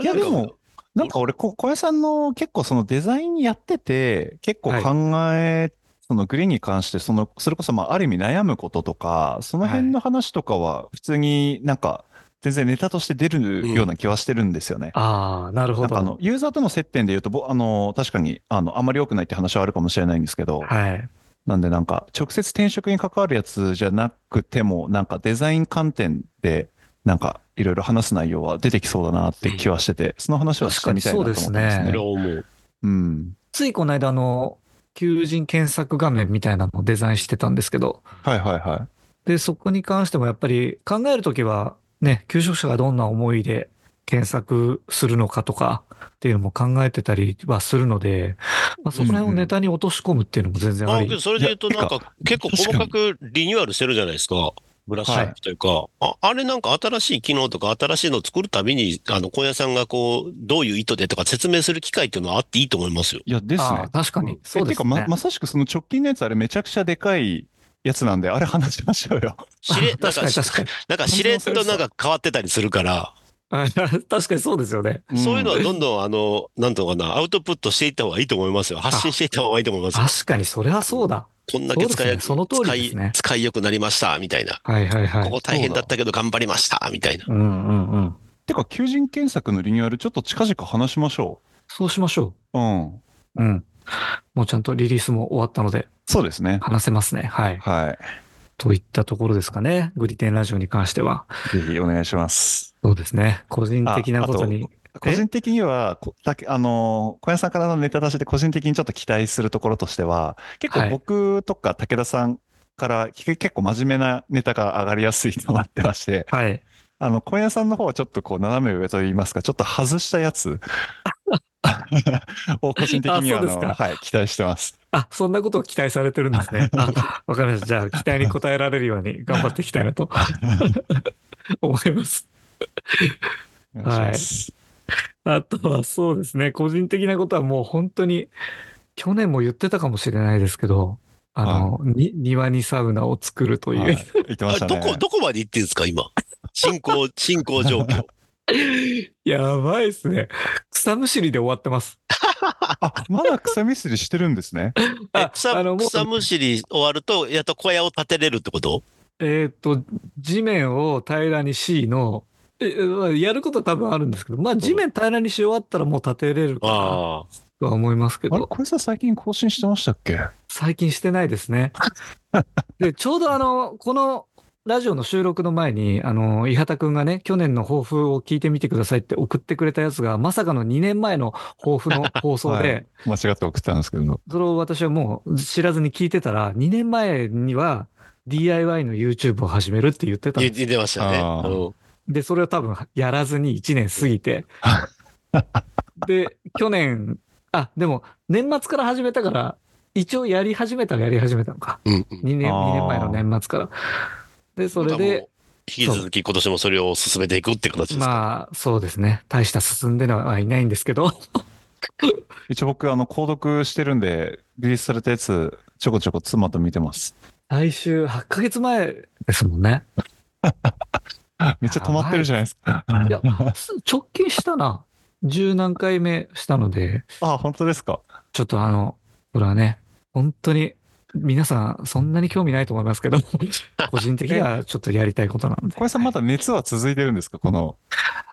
[SPEAKER 1] いや、でも、なんか俺、こ小林さんの結構そのデザインやってて、結構考え、そのグリーンに関して、その、それこそまあ、ある意味悩むこととか、その辺の話とかは、普通になんか、全然ネタとして出るような気はしてるんですよね。
[SPEAKER 2] ああなるほ
[SPEAKER 1] なんかあ
[SPEAKER 2] ど。
[SPEAKER 1] の、ユーザーとの接点で言うと、ぼあの、確かに、あの、あまり良くないって話はあるかもしれないんですけど、
[SPEAKER 2] はい。
[SPEAKER 1] なんでなんか、直接転職に関わるやつじゃなくても、なんかデザイン観点で、なんかいろいろ話す内容は出てきそうだなって気はしてて、その話はしてみたいなと思ってます
[SPEAKER 2] 確かに
[SPEAKER 3] そ
[SPEAKER 2] そ
[SPEAKER 3] れ
[SPEAKER 1] ね
[SPEAKER 3] は。思う。
[SPEAKER 1] うん。
[SPEAKER 2] ついこの間あの求人検索画面みたいなのをデザインしてたんですけど
[SPEAKER 1] はいはいは
[SPEAKER 2] でそこに関してもやっぱり考えるときはね求職者がどんな思いで検索するのかとかっていうのも考えてたりはするので、まあ、そこら辺をネタに落とし込むっていうのも全然
[SPEAKER 3] あ
[SPEAKER 2] あ
[SPEAKER 3] け
[SPEAKER 2] り。
[SPEAKER 3] どそれで言うと、
[SPEAKER 1] いや
[SPEAKER 3] なん
[SPEAKER 1] て
[SPEAKER 3] か結構細かくリニューアルしてるじゃないですか。ブラッシュアップというか、ああれなんか新しい機能とか新しいのを作るたびに、あの、小屋さんがこう、どういう意図でとか説明する機会っていうのはあっていいと思いますよ。
[SPEAKER 1] い。いや、です
[SPEAKER 2] あ
[SPEAKER 1] ね
[SPEAKER 2] あ。確かに。そう
[SPEAKER 1] え
[SPEAKER 2] で
[SPEAKER 1] てか
[SPEAKER 2] す
[SPEAKER 1] ま、
[SPEAKER 2] ね。
[SPEAKER 1] まさしくその直近のやつ、あれめちゃくちゃでかいやつなんで、あれ話しましょうよ。
[SPEAKER 3] しれ、なん
[SPEAKER 2] 確か
[SPEAKER 3] か
[SPEAKER 2] に、確かに。
[SPEAKER 3] なんかしれっとなんか変わってたりするから、
[SPEAKER 2] あ確かにそうですよね。
[SPEAKER 3] そういうのは
[SPEAKER 1] ん
[SPEAKER 3] どんどん、あの、なんとかな、アウトプットしていった方がいいと思いますよ。発信していった方がいいと思いますよ。
[SPEAKER 2] 確かに、それはそうだ。
[SPEAKER 3] こんだけ使いやす、
[SPEAKER 2] そうですねその通
[SPEAKER 3] 使
[SPEAKER 2] りで
[SPEAKER 3] い
[SPEAKER 2] すね、
[SPEAKER 3] 使い良くなりました、みたいな。
[SPEAKER 2] はいはいは
[SPEAKER 3] こ
[SPEAKER 2] い。
[SPEAKER 3] こ大変だったけど頑張りました、みたいな。
[SPEAKER 2] うんうんうん。
[SPEAKER 1] てか、求人検索のリニューアル、ちょっと近々話しましょ
[SPEAKER 2] そうしましょ
[SPEAKER 1] う。うん。
[SPEAKER 2] う。うん。もうちゃんとリリースも終わったので、
[SPEAKER 1] そうですね。
[SPEAKER 2] 話せますね。はい。
[SPEAKER 1] は
[SPEAKER 2] といったところですかね。グリテンラジオに関しては。
[SPEAKER 1] い。ぜひお願いします。
[SPEAKER 2] そうですね。個人的なことに。
[SPEAKER 1] 個人的には、こだけあのー、小林さんからのネタ出しで個人的にちょっと期待するところとしては、結
[SPEAKER 2] は
[SPEAKER 1] 構
[SPEAKER 2] い
[SPEAKER 1] 僕とか武田さんからけ結構真面目なネタが上がりやすいとなってまして、
[SPEAKER 2] はい。
[SPEAKER 1] あの、小林さんの方はちょっとこう斜め上といいますか、ちょっと外したやつ を個人的にはあ
[SPEAKER 2] あそうですか
[SPEAKER 1] の、はい、期待してます。
[SPEAKER 2] あ、そんなことを期待されてるんですね。あ、わかりました。じゃあ、期待に応えられるように頑張っていきたいなと 思います。
[SPEAKER 1] お願いし
[SPEAKER 2] あとはそうですね、個人的なことはもう本当に、去年も言ってたかもしれないですけど、あの、に庭にサウナを作ると
[SPEAKER 1] ます
[SPEAKER 2] いう、
[SPEAKER 1] はい言ってま
[SPEAKER 3] あ
[SPEAKER 1] した
[SPEAKER 3] れど
[SPEAKER 1] ね。
[SPEAKER 3] こ、どこまで行ってんですか、今。進行、 進行状況。
[SPEAKER 2] やばいですね。草むしりで終わってます。
[SPEAKER 1] あ、まだ草ミスりしてるんですね。
[SPEAKER 3] え
[SPEAKER 2] あ、
[SPEAKER 3] 草
[SPEAKER 2] あの、もう、
[SPEAKER 3] 草むしり終わると、やっと小屋を建てれるってこと
[SPEAKER 2] えーっと、地面を平らにしの、えやることは多分あるんですけど、まあ地面平らにし終わったらもう建てれるかな
[SPEAKER 3] ああ。
[SPEAKER 2] とは思いますけ
[SPEAKER 1] あれ、
[SPEAKER 2] ど。
[SPEAKER 1] 小林さん最近更新してましたっけ
[SPEAKER 2] 最近してないです ね。で、ちょうどあの、このラジオの収録の前に、あの、伊畑くんがね、去年の抱負を聞いてみてくださいって送ってくれたやつが、まさかの2年前の抱 負の放送で、
[SPEAKER 1] はい間違って送ったんですけど。
[SPEAKER 2] それを私はもう知らずに聞いてたら、2年前には DIY の YouTube を始めるって言ってたん
[SPEAKER 3] 言っ
[SPEAKER 2] です。
[SPEAKER 3] てましたね。
[SPEAKER 1] ああ
[SPEAKER 3] うん
[SPEAKER 2] で、それを多分やらずに1年過ぎて。で、去年、あ、でも年末から始めたから、一応やり始めたらやり始めたのか。
[SPEAKER 3] うんうん。
[SPEAKER 2] 2年
[SPEAKER 1] あー
[SPEAKER 2] ,2 年前の年末から。で、それ
[SPEAKER 3] なんかも
[SPEAKER 2] で
[SPEAKER 3] う、引き続き今年もそれを進めていくって形ですか。
[SPEAKER 2] まあ、そうですね。大した進んではいないんですけど、
[SPEAKER 1] 一応僕、あの、購読してるんで、リリースされたやつ、ちょこちょこ妻と見てます。
[SPEAKER 2] 来週8ヶ月前ですもんね。
[SPEAKER 1] めっちゃ止まってるじゃないですか。
[SPEAKER 2] いや、す直近したな。十何回目したので、
[SPEAKER 1] あ、本当ですか。
[SPEAKER 2] ちょっとあの、これはね、本当に皆さんそんなに興味ないと思いますけど、 個人的にはちょっとやりたいことなんで。
[SPEAKER 1] 小林さんまだ熱は続いてるんですかこの。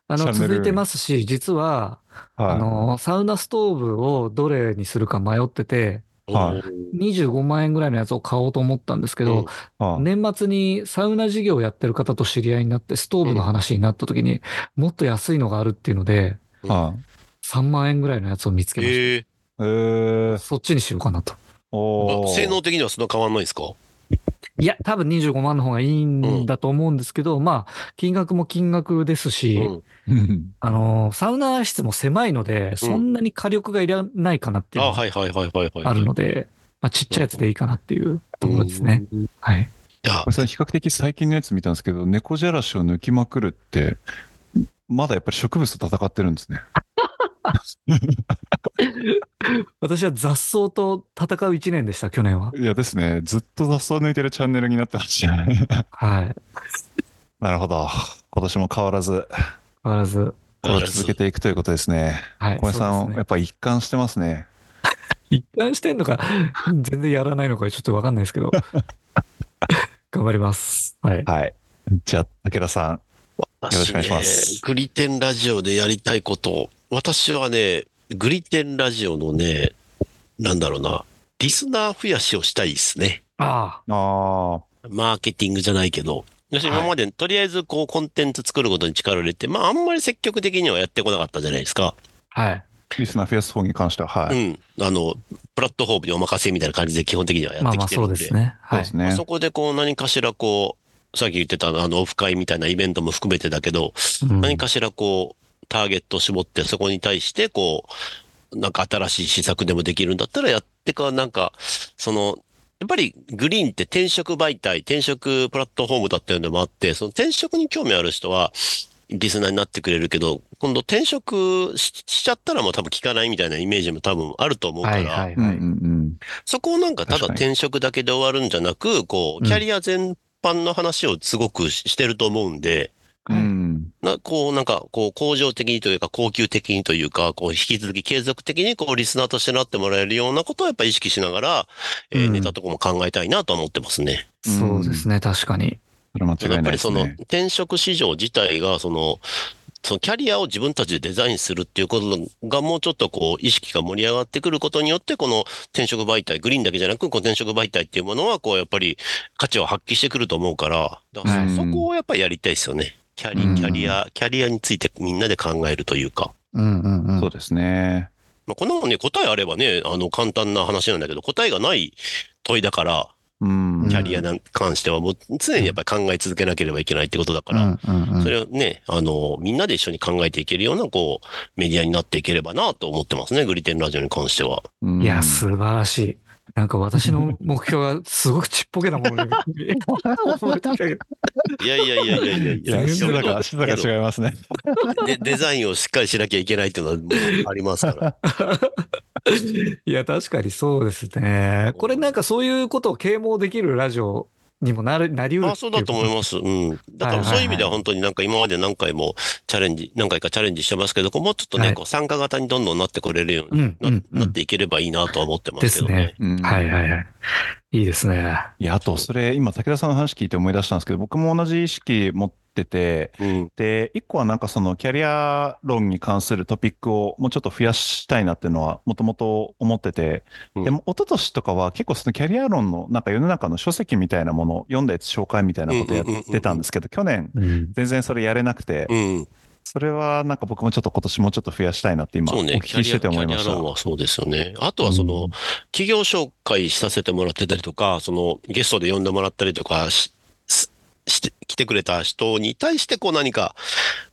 [SPEAKER 2] あの、
[SPEAKER 1] チャンネル
[SPEAKER 2] 続いてますし、実は、あ
[SPEAKER 1] は
[SPEAKER 2] の、サウナストーブをどれにするか迷ってて、
[SPEAKER 1] はい
[SPEAKER 2] 25万円ぐらいのやつを買おうと思ったんですけ
[SPEAKER 3] うん
[SPEAKER 2] ど、
[SPEAKER 1] い。はい
[SPEAKER 2] 年末にサウナ事業をやってる方と知り合いになって、ストーブの話になった時に、もっと安いのがあるっていうので、
[SPEAKER 1] はい。
[SPEAKER 2] 3万円ぐらいのやつを見つけました。
[SPEAKER 3] ええ
[SPEAKER 1] えー、
[SPEAKER 2] そっちにしようかなと。
[SPEAKER 1] おー
[SPEAKER 3] 性 能的にはそんな変わんないんですか
[SPEAKER 2] いや、多分25万の方がいいんだと思うんですけど、まあ、金額も金額ですし、
[SPEAKER 3] うん
[SPEAKER 1] うん
[SPEAKER 2] あのー、サウナ室も狭いので、そんなに火力がいらないかなっていう
[SPEAKER 3] あ、
[SPEAKER 2] のが
[SPEAKER 3] はいはいはいはいはい。
[SPEAKER 2] あるので、まあ、ちっちゃいやつでいいかなっていうところですね。
[SPEAKER 3] うん。い
[SPEAKER 2] はい。
[SPEAKER 3] や
[SPEAKER 1] これ、さ比較的最近のやつ見たんですけど、猫じゃらしを抜きまくるって、まだやっぱり植物と戦ってるんですね。
[SPEAKER 2] 私は雑草と戦う一年でした、去年は。
[SPEAKER 1] いやですね、ずっと雑草抜いてるチャンネルになってましたね。
[SPEAKER 2] はい。変
[SPEAKER 1] なるほど。今年も変わらず、
[SPEAKER 2] わらず。
[SPEAKER 1] これを続けていくということですね。
[SPEAKER 2] はい。
[SPEAKER 1] 小林さ、
[SPEAKER 2] そうんです
[SPEAKER 1] や
[SPEAKER 2] ね
[SPEAKER 1] っぱ一貫してますね。
[SPEAKER 2] 一貫してんのか、 全然やらないのかちょっとわかんないですけど。 頑張ります。はい。
[SPEAKER 1] はい。じゃあ、武田さん。よろしくお願いします
[SPEAKER 3] 私ねグリテンラジオでやりたいこと。私はね、グリテンラジオのね、なんだろうな、リスナー増やしをしたいですね。
[SPEAKER 2] あ
[SPEAKER 1] あ
[SPEAKER 3] マーケティングじゃないけど。私
[SPEAKER 2] はい
[SPEAKER 3] 今までとりあえずこうコンテンツ作ることに力を入れて、まああんまり積極的にはやってこなかったじゃないですか。
[SPEAKER 2] あ。はい。
[SPEAKER 1] あ、リスナー増やす方に関しては、はい。
[SPEAKER 3] うん。あの、プラットフォームにお任せみたいな感じで基本的にはや
[SPEAKER 2] まあ
[SPEAKER 3] って
[SPEAKER 2] ま
[SPEAKER 3] き
[SPEAKER 2] あ
[SPEAKER 3] てる
[SPEAKER 2] そ
[SPEAKER 3] ん
[SPEAKER 2] う
[SPEAKER 3] で。
[SPEAKER 2] ですね。
[SPEAKER 1] そう
[SPEAKER 2] は
[SPEAKER 1] で
[SPEAKER 2] い。
[SPEAKER 1] すね。
[SPEAKER 3] そこでこう何かしらこう、さっき言ってたあのオフ会みたいなイベントも含めてだけど、
[SPEAKER 2] うん
[SPEAKER 3] 何かしらこう、ターゲットを絞って、そこに対して、こう、なんか新しい施策でもできるんだったらやってか、なんか、その、やっぱりグリーンって転職媒体、転職プラットフォームだったのでもあって、その転職に興味ある人は、リスナーになってくれるけど、今度転職ししちゃったらもう多分聞かないみたいなイメージも多分あると思うから、
[SPEAKER 2] はいはい
[SPEAKER 1] うんう
[SPEAKER 2] は
[SPEAKER 1] ん
[SPEAKER 2] い。
[SPEAKER 1] うん。
[SPEAKER 3] そこをなんかただ
[SPEAKER 1] 確かに
[SPEAKER 3] 転職だけで終わるんじゃなく、こう、キャリア全般の話をすごくししてると思うんで、
[SPEAKER 1] うん。
[SPEAKER 3] な、こう、なんか、こう、向上的にというか、恒久的にというか、こう、引き続き継続的に、こう、リスナーとしてなってもらえるようなことをやっぱ意識しながら、えー
[SPEAKER 2] うん
[SPEAKER 3] ネタとかも考えたいなとは思ってますね。
[SPEAKER 2] そうですね、確かに。
[SPEAKER 1] それ間違い
[SPEAKER 3] やっ
[SPEAKER 1] な
[SPEAKER 3] ぱ
[SPEAKER 1] いで
[SPEAKER 3] り
[SPEAKER 1] す
[SPEAKER 3] その、
[SPEAKER 1] ね。
[SPEAKER 3] 転職市場自体が、その、そのキャリアを自分たちでデザインするっていうことがもうちょっとこう意識が盛り上がってくることによってこの転職媒体、グリーンだけじゃなくこう転職媒体っていうものはこうやっぱり価値を発揮してくると思うから、だからそ
[SPEAKER 1] うん
[SPEAKER 3] そこをやっぱりやりたいですよね。キャリ、
[SPEAKER 1] うん
[SPEAKER 3] キャリア、キャリアについてみんなで考えるというか。
[SPEAKER 2] うんうんうん。
[SPEAKER 1] そうですね。
[SPEAKER 3] まあ、こんなもんね、答えあればね、あの、簡単な話なんだけど、答えがない問いだから、
[SPEAKER 1] うん。
[SPEAKER 3] キャリアに関してはもう常にやっぱり考え続けなければいけないってことだか
[SPEAKER 2] う
[SPEAKER 3] ら、
[SPEAKER 2] んうんうん
[SPEAKER 3] それをね、あの、みんなで一緒に考えていけるような、こう、メディアになっていければなと思ってますね、グリテンラジオに関しては。
[SPEAKER 1] うん
[SPEAKER 2] いや、素晴らしい。なんか私の目標がすごくちっぽけなものに思えてきたけど
[SPEAKER 3] いやいやいやいやいやい
[SPEAKER 1] いや、
[SPEAKER 3] や、
[SPEAKER 1] 静か、静か違いますね。
[SPEAKER 3] デデザインをしっかりしなきゃいけないっていうのはもうありますから。
[SPEAKER 2] いや、確かにそうですね。これなんかそういうことを啓蒙できるラジオにもなる、なりうる
[SPEAKER 3] あそうだと思い
[SPEAKER 2] す。
[SPEAKER 3] ます。うん。だか
[SPEAKER 2] はいはいはい
[SPEAKER 3] らそういう意味では本当になんか今まで何回もチャレンジ、何回かチャレンジしてますけど、もうちょっと
[SPEAKER 2] は
[SPEAKER 3] ね、
[SPEAKER 2] い
[SPEAKER 3] こう参加型にどんどんなってくれるように
[SPEAKER 2] うん、
[SPEAKER 3] な
[SPEAKER 2] うん、う
[SPEAKER 3] なっ
[SPEAKER 2] ん。
[SPEAKER 3] ていければいいなとは思ってますけどね。
[SPEAKER 1] うん
[SPEAKER 2] はいはいはい。いいですね。
[SPEAKER 1] いや、あと、それ、今、武田さんの話聞いて思い出したんですけど、僕も同じ意識持ってて、
[SPEAKER 3] うん。
[SPEAKER 1] で、一個はなんかそのキャリア論に関するトピックをもうちょっと増やしたいなっていうのはもともと思ってて、
[SPEAKER 3] うん
[SPEAKER 1] でも一昨年とかは結構そのキャリア論のなんか世の中の書籍みたいなものを読んだやつ紹介みたいなことやってたんですけど、去年
[SPEAKER 2] うん。
[SPEAKER 1] 全然それやれなくて、
[SPEAKER 3] うん。
[SPEAKER 1] それはなんか僕もちょっと今年もうちょっと増やしたいなって今お
[SPEAKER 3] そうね
[SPEAKER 1] 聞。
[SPEAKER 3] キャ
[SPEAKER 1] きし
[SPEAKER 3] リ
[SPEAKER 1] て
[SPEAKER 3] ア、キ
[SPEAKER 1] て思
[SPEAKER 3] ャ
[SPEAKER 1] い
[SPEAKER 3] リ
[SPEAKER 1] ま
[SPEAKER 3] ア
[SPEAKER 1] した。
[SPEAKER 3] 論はそうですよね。あとはその、
[SPEAKER 1] うん
[SPEAKER 3] 企業紹介させてもらってたりとか、その、ゲストで呼んでもらったりとかし、しして、来てくれた人に対して、こう何か、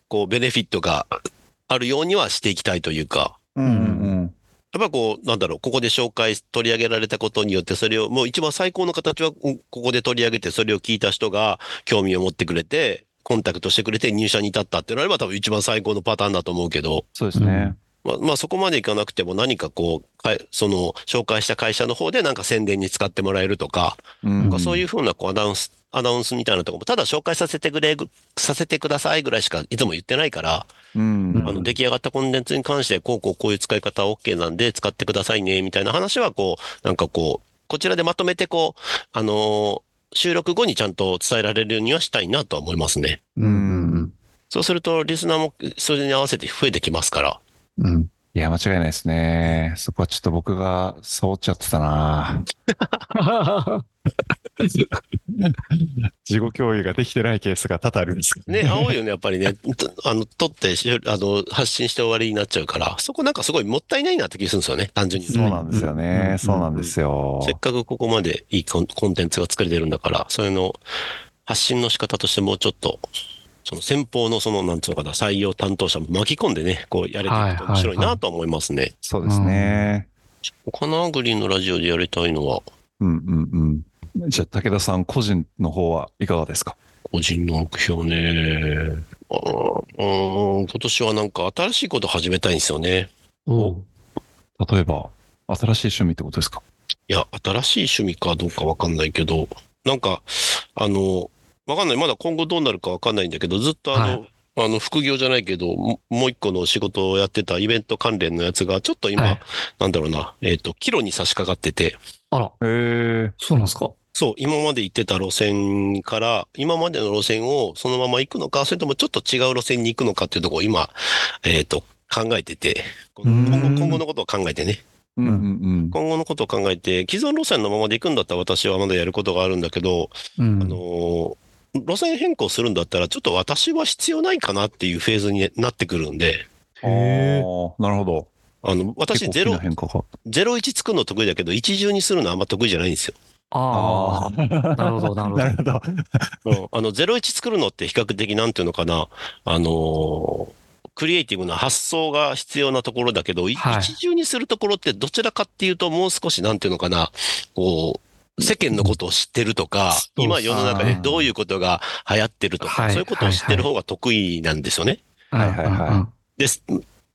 [SPEAKER 3] こう、ベネフィットがあるようにはしていきたいというか、
[SPEAKER 1] うんうん
[SPEAKER 3] やっぱこう、なんだろう、ここで紹介、取り上げられたことによって、それを、もう一番最高の形は、うんここで取り上げて、それを聞いた人が興味を持ってくれて、コンタクトしてくれて入社に至ったっていうのは、多分一番最高のパターンだと思うけど、
[SPEAKER 1] そうですね。
[SPEAKER 3] まあ、まあそこまでいかなくても何かこう、かいその、紹介した会社の方でなんか宣伝に使ってもらえるとか、
[SPEAKER 1] な。
[SPEAKER 3] なんかそういううふうなこうアナウンス、アナウンスみたいなとこも、ただ紹介させてくれ、させてくださいぐらいしかいつも言ってないから、
[SPEAKER 1] うん
[SPEAKER 3] あ
[SPEAKER 2] う
[SPEAKER 3] の、
[SPEAKER 2] ん
[SPEAKER 3] 出来上がったコンテンツに関して、こうこうこういう使い方は OK なんで、使ってくださいね、みたいな話は、こう、なんかこう、こちらでまとめて、こう、あのー収録後にちゃんと伝えられるようにはしたいなとは思いますね。
[SPEAKER 1] うん
[SPEAKER 3] そうすると、リスナーもそれに合わせて増えてきますから。
[SPEAKER 2] うん。うん。
[SPEAKER 1] いや、間違いないですね。そこはちょっと僕がサボっちゃってたな自己共有ができてないケースが多々あるんですけど
[SPEAKER 3] ね、青いよね、やっぱりね。とあの、撮ってし、あの、発信して終わりになっちゃうから、そこなんかすごいもったいないなって気するんですよね、単純に。
[SPEAKER 1] そうなんですよ
[SPEAKER 2] うんうんう
[SPEAKER 1] ね
[SPEAKER 2] ん。
[SPEAKER 1] そうなんですよ。
[SPEAKER 3] せっかくここまでいいコンコンテンツが作れてるんだから、それの発信の仕方としてもうちょっと、その先方のその、なんつうのかな、採用担当者も巻き込んでね、こうやれていくと面白いなとは思いますね。
[SPEAKER 1] そうですね。
[SPEAKER 3] 他のグリーンのラジオでやりたいのは、
[SPEAKER 1] うんうんうん。じゃあ、武田さん、個人の方はいかがですか
[SPEAKER 3] 個人の目標ね。あーうーん今年はなんか新しいこと始めたいんですよね。
[SPEAKER 2] おう
[SPEAKER 1] 例えば、新しい趣味ってことですか
[SPEAKER 3] いや、新しい趣味かどうかわかんないけど、なんか、あの、わかんない。まだ今後どうなるかわかんないんだけど、ずっとあの、あの、副業じゃないけど、ももう一個の仕事をやってたイベント関連のやつが、ちょっと今、
[SPEAKER 2] はい
[SPEAKER 3] なんだろうな、えっ、と、岐路に差し掛かってて、
[SPEAKER 2] あら、
[SPEAKER 1] へえ。
[SPEAKER 2] そうなんですか。
[SPEAKER 3] そう、今まで行ってた路線から、今までの路線をそのまま行くのか、それともちょっと違う路線に行くのかっていうところを今、えっ、と、考えてて、この今
[SPEAKER 1] う
[SPEAKER 3] 後
[SPEAKER 1] ん
[SPEAKER 3] 今後のことを考えてね。
[SPEAKER 1] うんうん
[SPEAKER 3] 今後のことを考えて、既存路線のままで行くんだったら私はまだやることがあるんだけど、
[SPEAKER 2] うん。
[SPEAKER 3] あのー路線変更するんだったら、ちょっと私は必要ないかなっていうフェーズになってくるんで、
[SPEAKER 1] うん。
[SPEAKER 2] へー
[SPEAKER 1] ああ、なるほど。
[SPEAKER 3] あの、私、
[SPEAKER 1] 結構大き
[SPEAKER 3] ゼロ
[SPEAKER 1] な、変化が。
[SPEAKER 3] ゼロ一作るの得意だけど、一重にするのあんま得意じゃないんですよ。
[SPEAKER 2] ああ、なるほど、 なる
[SPEAKER 1] あ。
[SPEAKER 2] ほど
[SPEAKER 1] な。るほど。
[SPEAKER 3] あの、ゼロ一作るのって比較的なんていうのかな、あのークリエイティブな発想が必要なところだけど、い
[SPEAKER 2] はい
[SPEAKER 3] 一重にするところってどちらかっていうと、もう少しなんていうのかな、こう、世間のことを知ってるとか、
[SPEAKER 2] そう
[SPEAKER 3] 今世の中でどういうことが流行ってると
[SPEAKER 2] は
[SPEAKER 3] か、
[SPEAKER 2] い
[SPEAKER 3] そういうことを知ってる方が得意なんですよね。
[SPEAKER 1] はいはいはい
[SPEAKER 2] うんうん
[SPEAKER 3] です。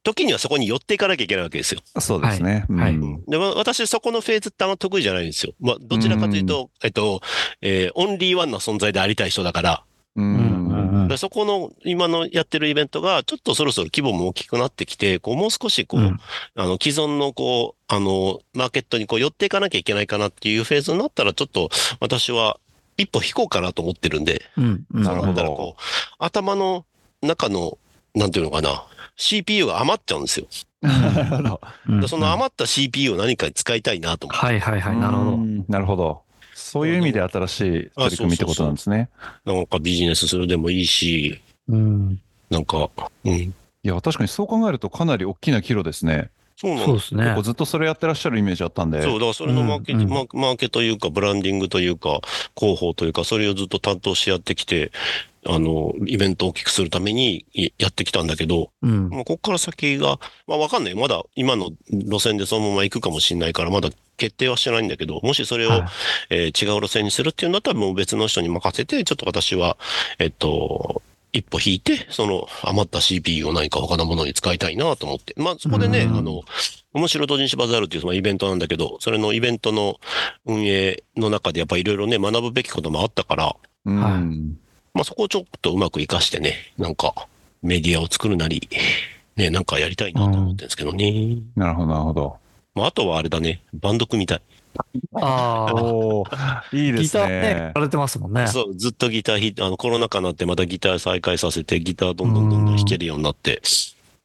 [SPEAKER 3] 時にはそこに寄っていかなきゃいけないわけですよ。
[SPEAKER 1] そうですね。
[SPEAKER 2] はい
[SPEAKER 1] うん
[SPEAKER 3] でわ私、そこのフェーズってあんま得意じゃないんですよ。まあ、どちらかというと、えっと、えーオンリーワンな存在でありたい人だから、
[SPEAKER 1] う
[SPEAKER 2] うんん。うんうん
[SPEAKER 3] でそこの今のやってるイベントが、ちょっとそろそろ規模も大きくなってきて、こうもう少しこう、
[SPEAKER 2] うん
[SPEAKER 3] あの既存のこう、あの、マーケットにこう寄っていかなきゃいけないかなっていうフェーズになったら、ちょっと私は一歩引こうかなと思ってるんで、
[SPEAKER 2] うんうん
[SPEAKER 1] なるほど
[SPEAKER 3] だからこう、頭の中の、なんていうのかな、CPU が余っちゃうんですよ。
[SPEAKER 1] なるほど。
[SPEAKER 2] うん
[SPEAKER 3] でその余った CPU を何かに使いたいなと思って。
[SPEAKER 2] はいはいはい、なるほ
[SPEAKER 1] う
[SPEAKER 2] ど。
[SPEAKER 1] ん。なるほど。そういう意味で新しい取り組みってことなんですね。
[SPEAKER 3] なんかビジネスするでもいいし、
[SPEAKER 2] うん。
[SPEAKER 3] なんか、うん。
[SPEAKER 1] いや、確かにそう考えるとかなり大きな岐路ですね。
[SPEAKER 3] そうなん
[SPEAKER 2] そうですね
[SPEAKER 1] 結構。ずっとそれやってらっしゃるイメージあったんで。
[SPEAKER 3] そう、だからそれのマーケ、
[SPEAKER 2] うんうん
[SPEAKER 3] マーマーケというか、ブランディングというか、広報というか、それをずっと担当してやってきて、あの、イベントを大きくするためにいやってきたんだけど、
[SPEAKER 2] うん。
[SPEAKER 3] まあ、ここから先が、まあ、わかんない。まだ今の路線でそのまま行くかもしれないから、まだ決定はしてないんだけど、もしそれを、
[SPEAKER 2] はい
[SPEAKER 3] えー違う路線にするっていうんだったら、もう別の人に任せて、ちょっと私は、えっと、一歩引いて、その余った CPU を何か他のものに使いたいなと思って。まあ、そこでね、
[SPEAKER 2] うん
[SPEAKER 3] あの、面白と人種バザールっていうそのイベントなんだけど、それのイベントの運営の中でやっぱいろいろね、学ぶべきこともあったから、
[SPEAKER 1] うん。
[SPEAKER 2] はい
[SPEAKER 3] まあそこをちょっとうまく活かしてね、なんかメディアを作るなり、ね、なんかやりたいなと思ってるんですけどね。
[SPEAKER 1] なるほど、なるほど。
[SPEAKER 3] まああとはあれだね、バンド組みたい。
[SPEAKER 2] ああ、
[SPEAKER 1] おーいいで
[SPEAKER 2] ギ
[SPEAKER 1] す
[SPEAKER 2] ターね、や
[SPEAKER 1] ね。
[SPEAKER 2] られてますも んね。
[SPEAKER 3] そう、ずっとギター弾いて、あのコロナ禍になってまたギター再開させて、ギターどんどんどんどん弾けるようになって、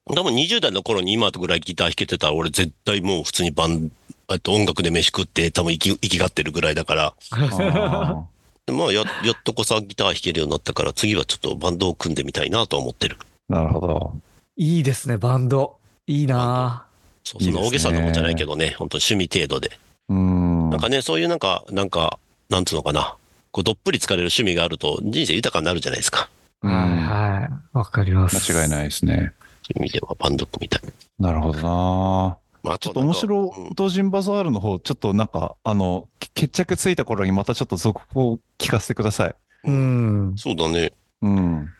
[SPEAKER 3] 多分20代の頃に今ぐらいギター弾けてたら、俺絶対もう普通にバン、あと音楽で飯食って多分生き生きがってるぐらいだから、
[SPEAKER 1] あー
[SPEAKER 3] でまあ、や、やっとこさ、ギター弾けるようになったから、次はちょっとバンドを組んでみたいなとは思ってる。
[SPEAKER 1] なるほど。
[SPEAKER 2] いいですね、バンド。いいな
[SPEAKER 3] そうそ
[SPEAKER 1] いいです
[SPEAKER 3] の
[SPEAKER 1] ね
[SPEAKER 3] 大げさなもんじゃないけどね、本当趣味程度で。
[SPEAKER 1] うん。
[SPEAKER 3] なんかね、そういうなんか、なんか、なんつうのかな。こう、どっぷり疲れる趣味があると、人生豊かになるじゃないですか。
[SPEAKER 1] うん
[SPEAKER 2] はいはい。わかります。。
[SPEAKER 1] 間違いないいですね。
[SPEAKER 3] そういう意味ではバンド組みたい。
[SPEAKER 1] なるほどな。
[SPEAKER 3] まあ、
[SPEAKER 1] ちょっと面白
[SPEAKER 3] い。
[SPEAKER 1] い、同人バザールの方、ちょっとなんか、あの、け決着ついた頃にまたちょっと続報を聞かせてください。
[SPEAKER 2] うん。
[SPEAKER 3] そうだね。
[SPEAKER 1] うん。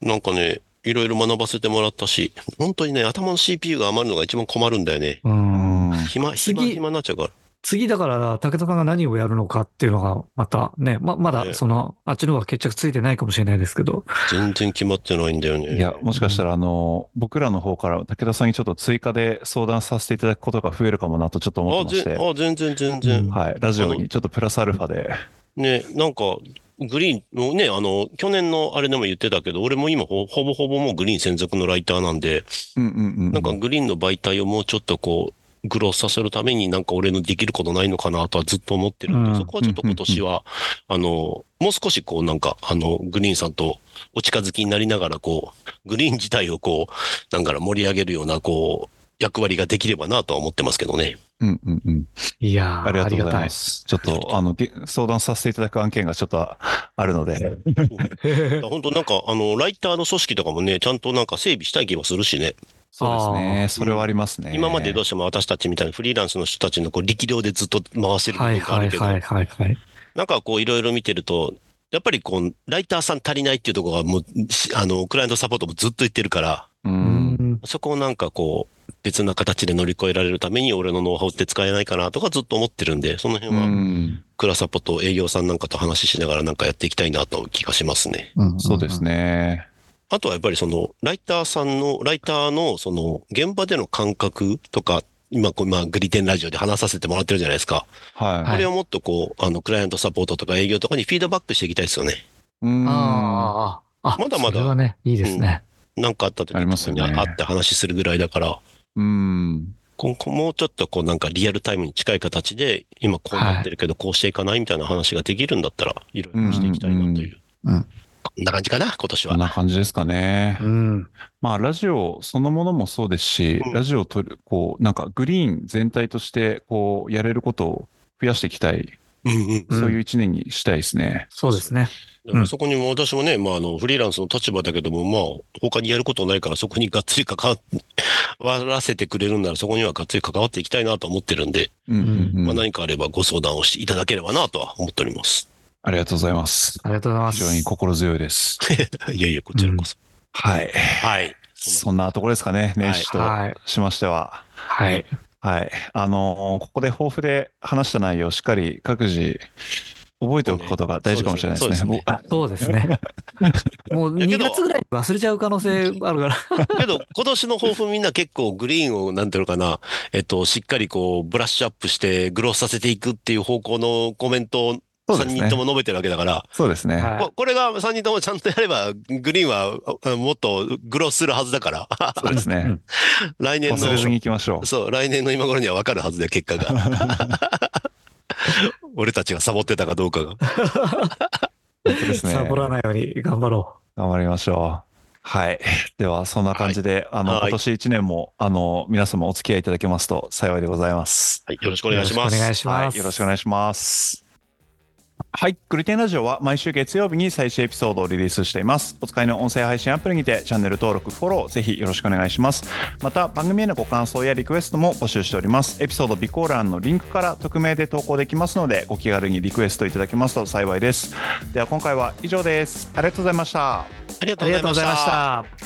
[SPEAKER 3] なんかね、いろいろ学ばせてもらったし、本当にね、頭の CPU が余るのが一番困るんだよね。
[SPEAKER 2] うん。
[SPEAKER 1] うん
[SPEAKER 3] 暇、暇、
[SPEAKER 2] 次
[SPEAKER 3] 暇になっちゃうから。
[SPEAKER 2] 次だから、武田さんが何をやるのかっていうのが、またね、ま、ま
[SPEAKER 3] ええ
[SPEAKER 2] だ、その、あっちの方が決着ついてないかもしれないですけど。
[SPEAKER 3] 全然決まってないんだよね。
[SPEAKER 1] いや、もしかしたら、あの、僕らの方から武田さんにちょっと追加で相談させていただくことが増えるかもなとちょっと思
[SPEAKER 3] あ、
[SPEAKER 1] ってま
[SPEAKER 3] ぜ
[SPEAKER 1] して、
[SPEAKER 3] あ全然全然。
[SPEAKER 1] はい、ラジオにちょっとプラスアルファで、
[SPEAKER 3] ね、なんか、グリーン、もうね、あの、去年のあれでも言ってたけど、俺も今ほほぼほぼもうグリーン専属のライターなんで、
[SPEAKER 1] うんうんうん。
[SPEAKER 3] なんかグリーンの媒体をもうちょっとこう、グロさせるためになんか俺のできることないのかなとはずっと思ってるんで、
[SPEAKER 2] うん
[SPEAKER 3] そこはちょっと今年は、あの、もう少しこうなんか、あの、グリーンさんとお近づきになりながらこう、グリーン自体をこう、なんか盛り上げるようなこう、役割ができればなとは思ってますけどね。
[SPEAKER 1] うんうんうん。
[SPEAKER 2] いやー、
[SPEAKER 1] ありがとうござい
[SPEAKER 2] あ
[SPEAKER 1] ま
[SPEAKER 2] り
[SPEAKER 1] す。ちょっと、あの、げ相談させていただく案件がちょっとあるので、
[SPEAKER 2] がたい。
[SPEAKER 3] 本当なんか、あの、ライターの組織とかもね、ちゃんとなんか整備したい気もするしね。
[SPEAKER 1] そうですね。それはありますね。
[SPEAKER 3] 今までどうしても私たちみたいなフリーランスの人たちのこう力量でずっと回せる
[SPEAKER 2] は
[SPEAKER 3] 部
[SPEAKER 2] い
[SPEAKER 3] 分があ
[SPEAKER 2] はい
[SPEAKER 3] るけど、
[SPEAKER 2] はいはいはい。
[SPEAKER 3] なんかこういろいろ見てると、やっぱりこう、ライターさん足りないっていうところがもう、しあの、クライアントサポートもずっと言ってるから、
[SPEAKER 1] う。
[SPEAKER 2] うんん。
[SPEAKER 3] そこをなんかこう、別な形で乗り越えられるために俺のノウハウって使えないかなとかずっと思ってるんで、その
[SPEAKER 1] う
[SPEAKER 3] 辺は
[SPEAKER 1] ん。
[SPEAKER 3] クラサポと営業さんなんかと話ししながらなんかやっていきたいなという気がしますね。
[SPEAKER 1] そうです
[SPEAKER 2] ね。
[SPEAKER 1] ね。
[SPEAKER 3] あとはやっぱりその、ライターさんの、ライターのその、現場での感覚とか、今、こう今、グリテンラジオで話させてもらってるじゃないですか。
[SPEAKER 1] は
[SPEAKER 3] こ
[SPEAKER 2] はい
[SPEAKER 3] れをもっとこう、あの、クライアントサポートとか営業とかにフィードバックしていきたいですよね。
[SPEAKER 1] い。うん。
[SPEAKER 2] あーあー、あ
[SPEAKER 3] まだまだ
[SPEAKER 2] それはね、いいですね。
[SPEAKER 3] なんかあった時
[SPEAKER 1] ありますよね
[SPEAKER 3] とかに会って話するぐらいだから、
[SPEAKER 1] うん。
[SPEAKER 3] 今後もうちょっとこうなんかリアルタイムに近い形で、今こうなってるけどこうしていかないみたいな話ができるんだったら、いろいろしていきたいなという。
[SPEAKER 2] うんうんうん
[SPEAKER 3] こんな感じかな、今年
[SPEAKER 1] こん
[SPEAKER 3] は。
[SPEAKER 1] な感じですかね。
[SPEAKER 2] うん。
[SPEAKER 1] まあ、ラジオそのものもそうですし
[SPEAKER 3] う、ん
[SPEAKER 1] ラジオを取る、こう、なんかグリーン全体として、こう、やれることを増やしていきたい、
[SPEAKER 3] うんうん。
[SPEAKER 1] そういう一年にしたいですね。
[SPEAKER 2] そうですね。
[SPEAKER 3] だからそこにも私もね、まああの、フリーランスの立場だけども、まあ、他にやることないからそこにがっ つり関わらせてくれるんならそこにはがっつり関わっていきたいなと思ってるんで、
[SPEAKER 1] うんうんうん
[SPEAKER 3] まあ何かあればご相談をしていただければなとは思っております。
[SPEAKER 1] ありがとうございます。
[SPEAKER 2] ありがとうございます。
[SPEAKER 1] 非常に心強い です。
[SPEAKER 3] いやいや、こちらこそ。
[SPEAKER 1] はい。
[SPEAKER 3] はい。
[SPEAKER 1] そんなところですかね、年始と
[SPEAKER 2] はい。
[SPEAKER 1] しましては。
[SPEAKER 2] はい。
[SPEAKER 1] はい。あのーここで抱負で話した内容をしっかり各自覚えておくことが大事かもしれないですね。
[SPEAKER 3] そうですね
[SPEAKER 1] 僕あ
[SPEAKER 2] そうですね。もう
[SPEAKER 3] だけ
[SPEAKER 2] 2
[SPEAKER 3] ど
[SPEAKER 2] 月ぐらいに忘れちゃう可能性あるから。
[SPEAKER 3] けど、今年の抱負みんな結構グリーンを、なんていうのかな、えっと、しっかりこう、ブラッシュアップして、グロースさせていくっていう方向のコメントを
[SPEAKER 1] そう
[SPEAKER 3] 3
[SPEAKER 1] です
[SPEAKER 3] 人と
[SPEAKER 1] ね。
[SPEAKER 3] も述べてるわけだから、
[SPEAKER 1] そうですね。
[SPEAKER 2] はい
[SPEAKER 3] ここれが3人ともちゃんとやれば、グリーンはあもっとグロースするはずだから、
[SPEAKER 1] そうです
[SPEAKER 2] う
[SPEAKER 1] ね
[SPEAKER 2] ん。
[SPEAKER 3] 来年
[SPEAKER 1] 忘れず
[SPEAKER 3] の、
[SPEAKER 1] に行きましょ
[SPEAKER 3] そう、来年の今頃には分かるはずだよ、結果が。俺たちがサボってたかどうかが。
[SPEAKER 1] う。そうですね。
[SPEAKER 2] サボらないように頑張ろ
[SPEAKER 1] 頑張りましょう。はい。 では、そんな感じで、あの、
[SPEAKER 3] は
[SPEAKER 1] 今
[SPEAKER 3] い
[SPEAKER 1] 年1年も、あの、皆様お付き合いいただけますと幸いでございます。
[SPEAKER 3] はい、よろしく
[SPEAKER 2] う。
[SPEAKER 3] お願いしま
[SPEAKER 2] よろくお
[SPEAKER 3] す
[SPEAKER 2] 願い。し
[SPEAKER 1] は
[SPEAKER 2] ま
[SPEAKER 1] い。
[SPEAKER 2] す。
[SPEAKER 1] よろしくお願いします。はい。グルテンラジオは毎週月曜日に最新エピソードをリリースしています。お使いの音声配信アプリにてチャンネル登録、フォロー、ぜひよろしくお願いします。また、番組へのご感想やリクエストも募集しております。エピソード備考欄のリンクから匿名で投稿できますので、ご気軽にリクエストいただけますと幸いです。では、今回は以上です。ありがとうございました。
[SPEAKER 3] ありが
[SPEAKER 2] ありがとうございまし。た。